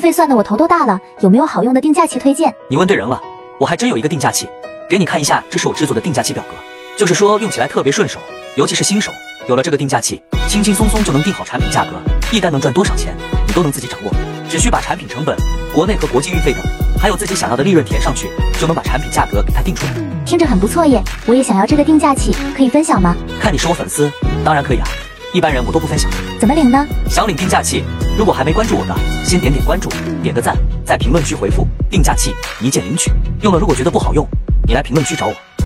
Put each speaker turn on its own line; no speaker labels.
费算的我头都大了，有没有好用的定价器推荐？
你问对人了，我还真有一个定价器，给你看一下，这是我制作的定价器表格，就是说用起来特别顺手，尤其是新手，有了这个定价器，轻轻松松就能定好产品价格，一单能赚多少钱，你都能自己掌握，只需把产品成本、国内和国际运费等，还有自己想要的利润填上去，就能把产品价格给它定出来。
听着很不错耶，我也想要这个定价器，可以分享吗？
看你是我粉丝，当然可以啊，一般人我都不分享。
怎么领呢？
想领定价器，如果还没关注我的，先点点关注，点个赞，在评论区回复“定价器”一键领取。用了如果觉得不好用，你来评论区找我。